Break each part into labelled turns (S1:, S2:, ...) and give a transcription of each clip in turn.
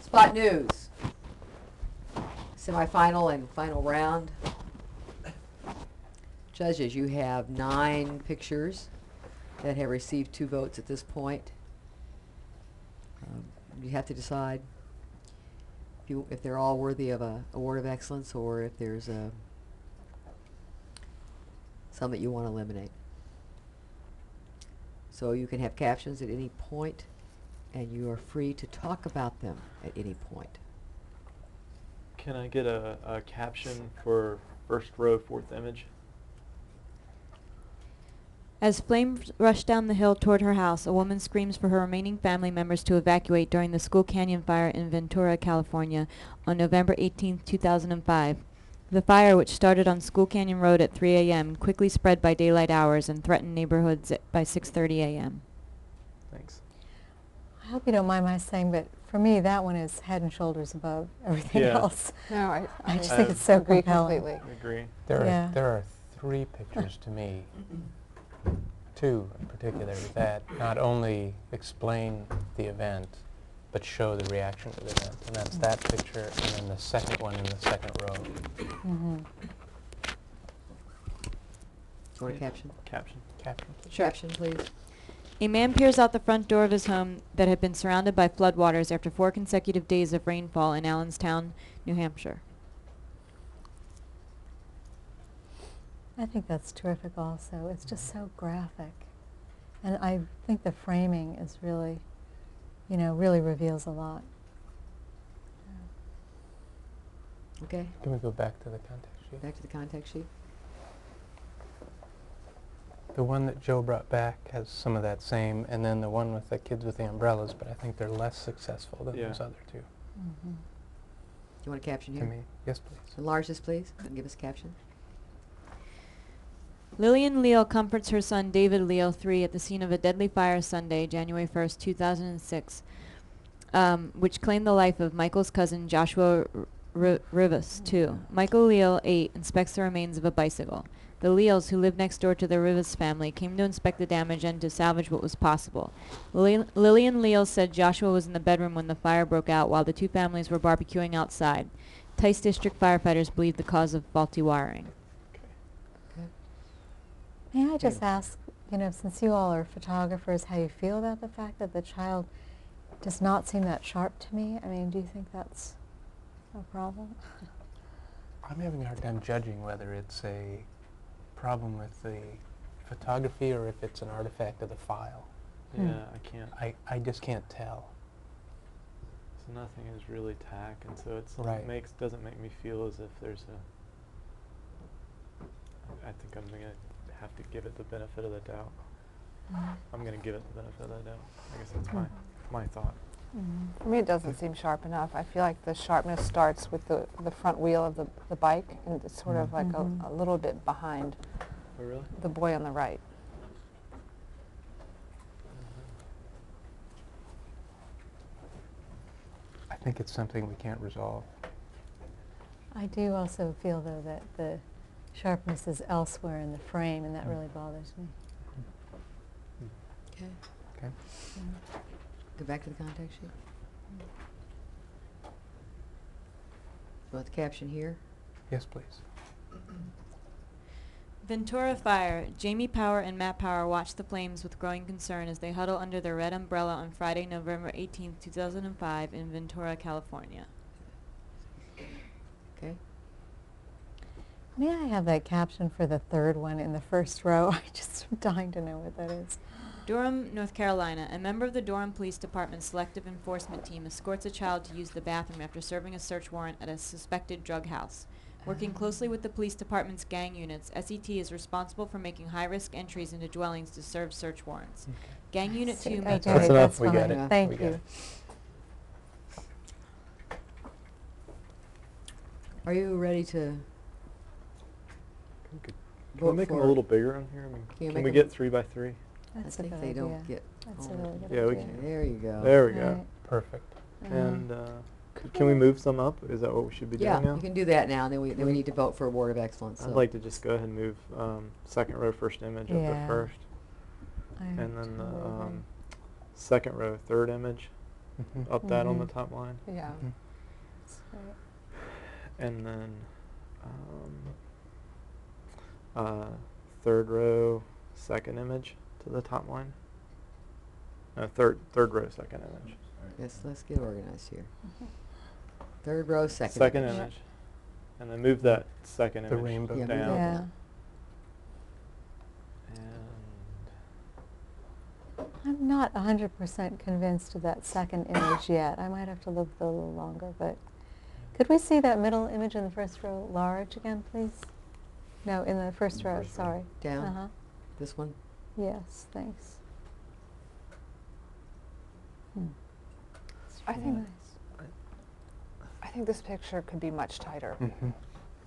S1: Spot news. Semifinal and final round. Judges, you have nine pictures that have received two votes at this point. Um, You have to decide if you, if they're all worthy of a award of excellence or if there's a, some that you want to eliminate. So you can have captions at any point and you are free to talk about them at any point.
S2: Can I get a, a caption for first row, fourth image?
S3: As flames rush down the hill toward her house, a woman screams for her remaining family members to evacuate during the School Canyon fire in Ventura, California, on November 18, 2005. The fire, which started on School Canyon Road at 3 a.m., quickly spread by daylight hours and threatened neighborhoods at- by 6:30 a.m.
S2: Thanks.
S4: I hope you don't mind my saying, but for me, that one is head and shoulders above everything
S2: Yeah.
S4: else.
S5: No, I,
S4: I just
S2: I
S4: think it's so
S5: agree
S4: compelling.
S5: completely.
S2: I agree.
S6: There
S4: Yeah.
S6: are, there are three pictures to me, two in particular, that not only explain the event, but show the reaction to the event. And that's that picture and then the second one in the second row.
S4: Mhm.
S1: Or a
S2: Yeah.
S1: caption?
S2: Caption.
S6: Caption.
S1: Caption, please.
S3: A man peers out the front door of his home that had been surrounded by floodwaters after four consecutive days of rainfall in Allenstown, New Hampshire.
S4: I think that's terrific also. It's just so graphic. And I think the framing is really, you know, really reveals a lot.
S1: Okay,
S6: Can we go back to the contact sheet?
S1: back to the contact sheet.
S6: The one that Joe brought back has some of that same, and then the one with the kids with the umbrellas, but I think they're less successful than
S2: Yeah.
S6: those other two.
S4: Mhm.
S1: You want a caption
S6: To
S1: here?
S6: me, yes, please.
S1: Enlarge this, please, and give us a caption.
S3: Lillian Leal comforts her son David Leal III at the scene of a deadly fire Sunday, January 1st, 2006, um, which claimed the life of Michael's cousin Joshua R- R- Rivas II. Michael Leal VIII inspects the remains of a bicycle. The Leals, who lived next door to the Rivas family, came to inspect the damage and to salvage what was possible. Lil- Lillian Leal said Joshua was in the bedroom when the fire broke out while the two families were barbecuing outside. Tice District firefighters believe the cause of faulty wiring.
S1: Okay.
S4: May I just
S1: Yeah.
S4: ask, you know, since you all are photographers, how you feel about the fact that the child does not seem that sharp to me? I mean, do you think that's a problem?
S6: I'm having a hard time judging whether it's a problem with the photography or if it's an artifact of the file.
S4: Hmm.
S2: Yeah, I can't.
S6: I, I just can't tell.
S2: So nothing is really tack, and so it's
S6: Right.
S2: it makes doesn't make me feel as if there's a. I think I'm gonna have to give it the benefit of the doubt. I'm gonna give it the benefit of the doubt. I guess that's my
S1: Hmm.
S2: my thought.
S4: Mhm.
S5: For me, it doesn't seem sharp enough. I feel like the sharpness starts with the, the front wheel of the, the bike, and it's sort of like
S4: Mhm.
S5: a, a little bit behind
S2: Oh really?
S5: the boy on the right.
S2: Mm-hmm.
S6: I think it's something we can't resolve.
S4: I do also feel though that the sharpness is elsewhere in the frame, and that really bothers me.
S1: Okay.
S6: Okay.
S1: Go back to the contact sheet. You want the caption here?
S6: Yes, please.
S3: Ventura Fire. Jamie Power and Matt Power watch the flames with growing concern as they huddle under their red umbrella on Friday, November 18, 2005, in Ventura, California.
S1: Okay.
S4: May I have that caption for the third one in the first row? I just am dying to know what that is.
S3: Durham, North Carolina. A member of the Durham Police Department's Selective Enforcement Team escorts a child to use the bathroom after serving a search warrant at a suspected drug house. Working
S1: Uh-huh.
S3: closely with the police department's gang units, SET is responsible for making high-risk entries into dwellings to serve search warrants. Gang Unit
S4: See,
S3: 2
S4: I
S3: made
S4: get
S6: That's
S4: it,
S6: enough,
S4: that's
S6: we got
S4: fine.
S1: it,
S4: Thank
S6: we got
S4: you.
S6: it.
S1: Are you ready to
S2: Can we
S1: vote
S2: make them
S1: for?
S2: a little bigger on here? I mean,
S1: you
S2: can,
S1: make
S2: we
S1: 'em-
S2: get three by three?
S1: I
S4: That's a
S1: think
S4: good
S1: they don't
S4: idea.
S1: get.
S4: That's a
S1: all of
S4: really
S1: them.
S4: good
S2: Yeah, we
S4: idea.
S2: can-
S1: There you go.
S2: There we go.
S4: Right.
S6: Perfect.
S1: Mm-hmm.
S2: And uh, c- can we move some up? Is that what we should be doing
S1: Yeah,
S2: now?
S1: you can do that now, and then we, then we need to vote for award of excellence, so.
S2: I'd like to just go ahead and move um, second row, first image up
S4: Yeah.
S2: to first,
S4: I
S1: Mm-hmm.
S2: and then uh, um, the
S4: totally agree.
S2: um, second row, third image,
S6: Mm-hmm.
S2: up that on the
S4: Mhm.
S1: Mm-hmm.
S2: top line,
S5: Yeah.
S4: That's right.
S2: and then um, uh, third row, second image to the top line. No, third third row, second image.
S1: Yes, let's get organized here.
S5: Mm-hmm.
S1: Third row, second.
S2: Second
S1: image.
S2: image, and then move that second
S6: The
S2: image
S6: rainbow.
S1: Yeah,
S2: down.
S1: move that
S4: Yeah.
S1: down.
S2: And
S4: I'm not 100% convinced of that second image yet. I might have to look a little longer, but could we see that middle image in the first row large again, please? No, in the first
S6: the
S4: row,
S6: first row.
S4: sorry.
S1: Down.
S4: Uh-huh.
S1: This one.
S4: Yes, thanks. Hmm. It's
S5: I
S4: really
S5: think-
S4: nice.
S5: I think this picture could be much tighter.
S1: Hmm.
S6: Mhm.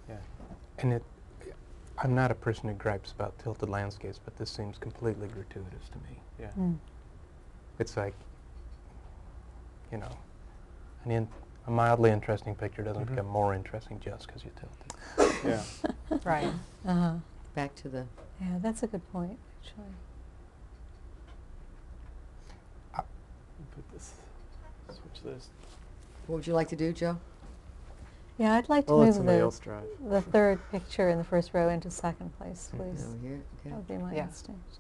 S2: Yeah.
S6: And it, I'm not a person who gripes about tilted landscapes, but this seems completely gratuitous to me.
S2: yeah.
S4: Hmm.
S6: It's like, you know, an in, a mildly interesting picture doesn't
S2: Mhm.
S6: become more interesting just because you tilt it.
S2: Yeah.
S5: Right.
S4: Uh-huh.
S1: Back to the
S4: Yeah, that's a good point, actually.
S2: Put this. Switch this.
S1: What would you like to do, Joe?
S4: Yeah, I'd like to
S2: Oh, let
S4: move
S2: somebody
S4: the,
S2: else drive.
S4: the third picture in the first row into second place,
S2: Mm-hmm.
S6: Mhm.
S4: please.
S1: Over here. Okay.
S4: That would be my
S5: Yeah.
S4: instinct.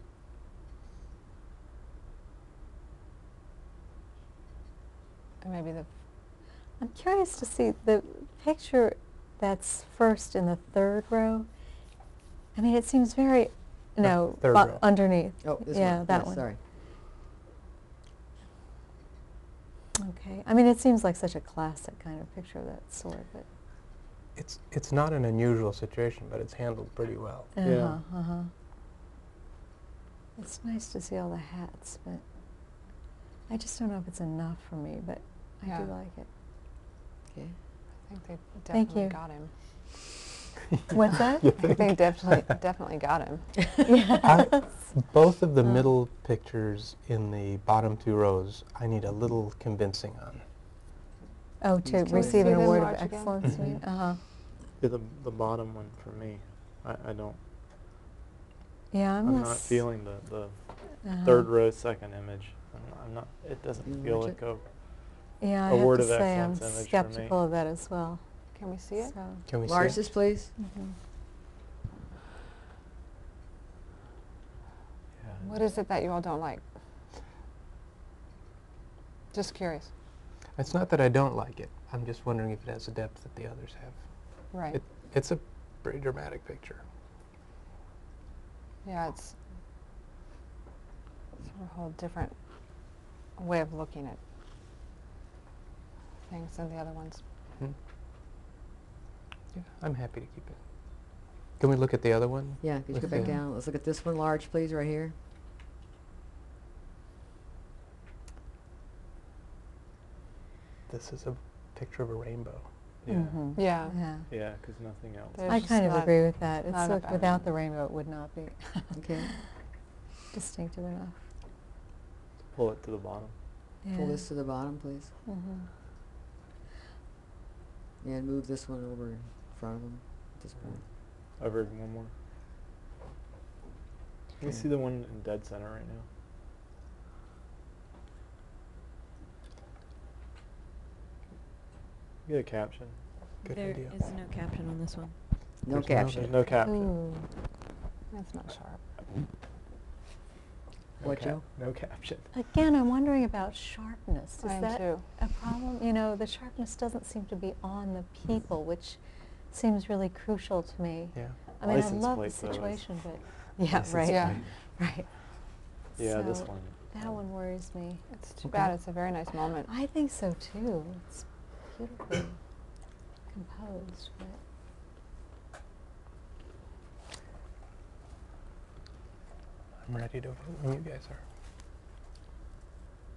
S5: And maybe the
S4: I'm curious to see the picture that's first in the third row. I mean, it seems very,
S6: No,
S4: no,
S6: third
S4: bu-
S6: row.
S4: underneath.
S1: Oh, this
S4: yeah,
S1: one.
S4: that
S1: Yes,
S4: one.
S1: Sorry.
S4: Okay. I mean, it seems like such a classic kind of picture of that sort, but
S6: It's, it's not an unusual situation, but it's handled pretty well.
S2: Yeah.
S4: uh-huh, uh-huh. It's nice to see all the hats, but I just don't know if it's enough for me, but I
S5: Yeah.
S4: do like it.
S1: Okay.
S5: I think they
S4: Thank
S5: definitely
S4: you.
S5: got him.
S4: What's that?
S5: I think they definitely definitely Oh. got him.
S4: Yes.
S6: Both of the
S4: Uh.
S6: middle pictures in the bottom two rows, I need a little convincing on.
S4: Oh, to
S1: Can we
S4: receive
S5: see
S4: an
S5: them
S4: award of
S5: large again?
S4: excellence, you mean? uh-huh.
S2: Yeah, the the bottom one for me. I, I don't.
S4: Yeah, I'm,
S2: I'm, not
S4: less-
S2: feeling the the
S4: uh-huh.
S2: third row second image. I'm, I'm not. It doesn't
S1: You
S2: feel
S1: watch
S2: like
S1: it?
S2: a.
S4: Yeah, I
S2: award
S4: have to
S2: of
S4: say I'm
S2: excellence image for me.
S4: skeptical of that as well.
S5: Can we see it?
S4: So,
S6: Can we
S1: Lars,
S6: see?
S1: this please.
S4: mhm.
S2: Yeah,
S5: What is it that you all don't like? Just curious.
S6: it? It's not that I don't like it. I'm just wondering if it has the depth that the others have.
S5: Right.
S6: It, it's a pretty dramatic picture.
S5: yeah, it's sort of a whole different way of looking at things than the other ones.
S6: Yeah, Hmm? I'm happy to keep it. Can we look at the other one?
S1: Yeah, could you go
S6: With
S1: back
S6: the-
S1: down? Let's look at this one large, please, right here.
S6: This is a picture of a rainbow.
S2: Yeah.
S4: Mhm.
S5: Yeah.
S4: Yeah.
S2: Yeah, 'cause nothing else.
S5: There's
S4: I
S5: just
S4: kind of
S5: not-
S4: agree with that.
S5: not
S4: It's
S5: enough
S4: like without the
S5: evidence.
S4: rainbow, it would not be
S1: Okay.
S4: distinctive enough.
S2: Pull it to the bottom.
S4: Yeah.
S1: Pull this to the bottom, please.
S4: Mhm.
S1: Yeah, and move this one over in front of them at this point.
S2: Over one more. Can you see the one in dead center right now? Get a caption.
S6: Good
S3: There
S6: idea.
S3: is no caption on this one.
S1: No
S6: There's no-
S2: There's
S1: caption.
S2: no caption.
S4: Ooh.
S5: That's not sharp.
S2: No
S1: What,
S2: cap-
S1: Joe?
S2: No caption.
S4: Again, I'm wondering about sharpness.
S5: I
S4: Is
S5: am
S4: that
S5: too.
S4: a problem? You know, the sharpness doesn't seem to be on the people, which seems really crucial to me.
S6: Yeah.
S4: I mean, I
S2: License
S4: love the
S2: plate, though, is-
S4: situation, but yeah,
S6: License
S4: right,
S5: Yeah.
S6: plate.
S4: right.
S2: Yeah, this
S4: So
S2: one.
S4: That one worries me.
S5: It's too
S1: Okay.
S5: bad. It's a very nice moment.
S4: I think so too. It's beautifully composed, but
S6: I'm ready to vote when you guys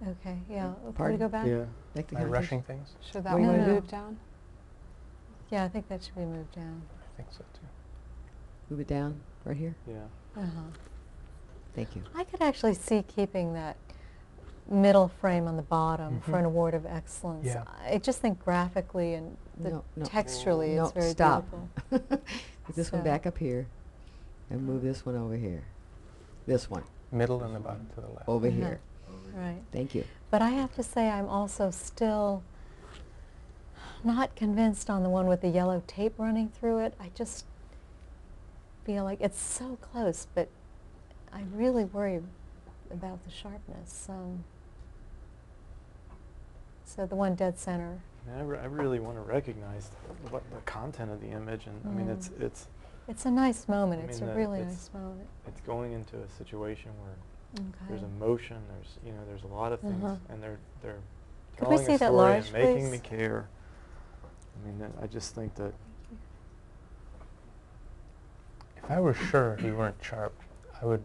S6: are.
S4: okay, yeah. Can we
S1: Pardon?
S4: go back?
S2: Yeah.
S1: Back to
S6: Am I
S1: caption.
S6: rushing things?
S5: Should that
S1: Wait,
S5: one
S4: no, no.
S5: move down?
S4: Yeah, I think that should be moved down.
S6: I think so too.
S1: Move it down, right here.
S2: Yeah.
S4: Uh-huh.
S1: Thank you.
S4: I could actually see keeping that middle frame on the bottom for
S6: Mhm.
S4: an award of excellence.
S6: Yeah.
S4: I just think graphically and the
S1: No, no.
S4: texturally
S1: no,
S4: it's very
S1: stop.
S4: beautiful.
S1: Put this one
S4: So-
S1: back up here and move this one over here. This one,
S6: Middle and the bottom to the left.
S1: over
S4: Uh-huh.
S1: here.
S7: Over
S4: Right.
S1: Thank you.
S4: But I have to say, I'm also still not convinced on the one with the yellow tape running through it. I just feel like it's so close, but I really worry about the sharpness. Um, so the one dead center.
S2: I, mean, I, re- I really want to recognize what the content of the image, and I mean,
S4: Mm.
S2: it's it's
S4: It's a nice moment.
S2: I
S4: it's
S2: mean,
S4: a
S2: the-
S4: really
S2: it's-
S4: nice moment.
S2: it's going into a situation where
S4: Okay.
S2: there's emotion, there's you know, there's a lot of things,
S4: Uh-huh.
S2: and they're they're
S4: Could we
S2: telling
S4: see
S2: a
S4: that
S2: story
S4: large,
S2: and making me
S4: please?
S2: care. I mean, that, I just think that
S6: If I were sure you weren't sharp, I would.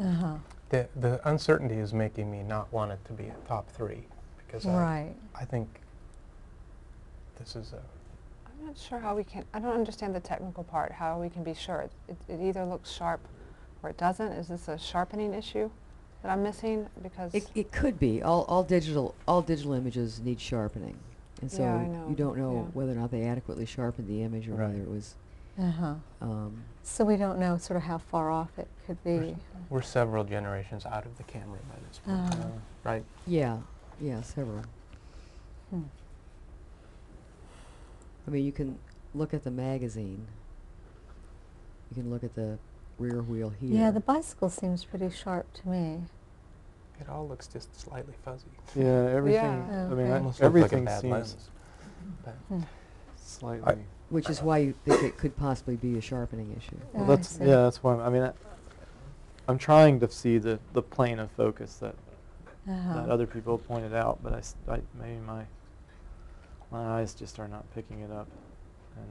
S4: uh-huh.
S6: The, the uncertainty is making me not want it to be a top three because
S4: Right.
S6: I, I think this is a
S5: I'm not sure how we can, I don't understand the technical part, how we can be sure. It, it either looks sharp or it doesn't. Is this a sharpening issue that I'm missing? Because,
S1: It, it could be. All, all digital all digital images need sharpening. And so
S5: Yeah, I know.
S1: you don't know
S5: Yeah.
S1: whether or not they adequately sharpened the image or
S6: Right.
S1: whether it was
S4: Uh-huh.
S1: um,
S4: So we don't know sort of how far off it could be.
S6: We're several generations out of the camera by this point.
S1: Uh-huh.
S6: uh,
S4: Ah.
S2: right.
S1: yeah, yeah, several.
S4: Hmm.
S1: I mean, you can look at the magazine. You can look at the rear wheel here.
S4: Yeah, the bicycle seems pretty sharp to me.
S6: It all looks just slightly fuzzy.
S2: Yeah, everything.
S5: Yeah.
S2: I mean,
S4: Okay.
S2: I-
S6: Almost looks like a
S2: everything
S6: bad
S2: seems
S6: lens. But
S1: Hmm.
S4: Hmm.
S2: slightly.
S1: Which is why you think it could possibly be a sharpening issue.
S2: Well,
S4: I
S2: that's
S4: see.
S2: yeah. That's why I'm, I mean, I, I'm trying to see the the plane of focus that, that
S4: Uh-huh.
S2: other people have pointed out, but I, s- I- maybe my my eyes just are not picking it up, and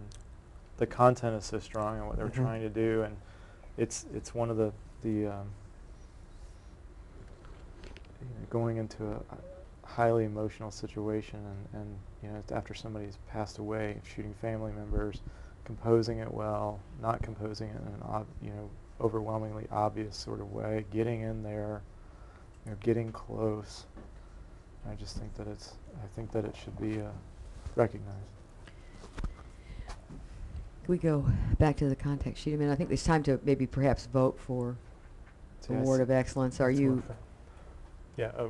S2: the content is so strong and what they're
S6: Mhm.
S2: trying to do, and it's it's one of the the um, you know, going into a highly emotional situation, and and you know it's after somebody's passed away, shooting family members, composing it well, not composing it in an ob- you know overwhelmingly obvious sort of way, getting in there, you know, getting close. I just think that it's I think that it should be uh, recognized.
S1: Can we go back to the contact sheet a minute? I think it's time to maybe perhaps vote for
S2: See, I s-
S1: award of e- excellence. Are
S6: that's
S1: you?
S6: what for-
S2: Yeah, uh,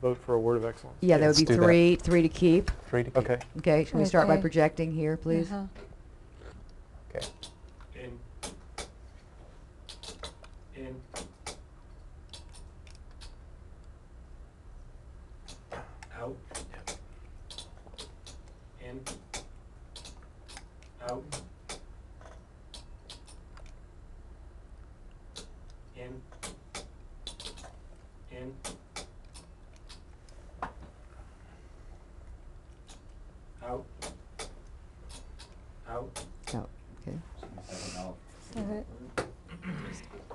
S2: vote for award of excellence.
S1: Yeah,
S6: Yeah,
S1: that would
S6: let's
S1: be
S6: do that.
S1: three, three to keep.
S6: Three to keep.
S2: Okay.
S1: Okay, can we start by
S4: Okay.
S1: projecting here, please?
S4: Uh-huh.
S6: Okay.
S7: out. In. Out. In. In. Out. Out.
S1: Oh, No. Okay.
S4: So it-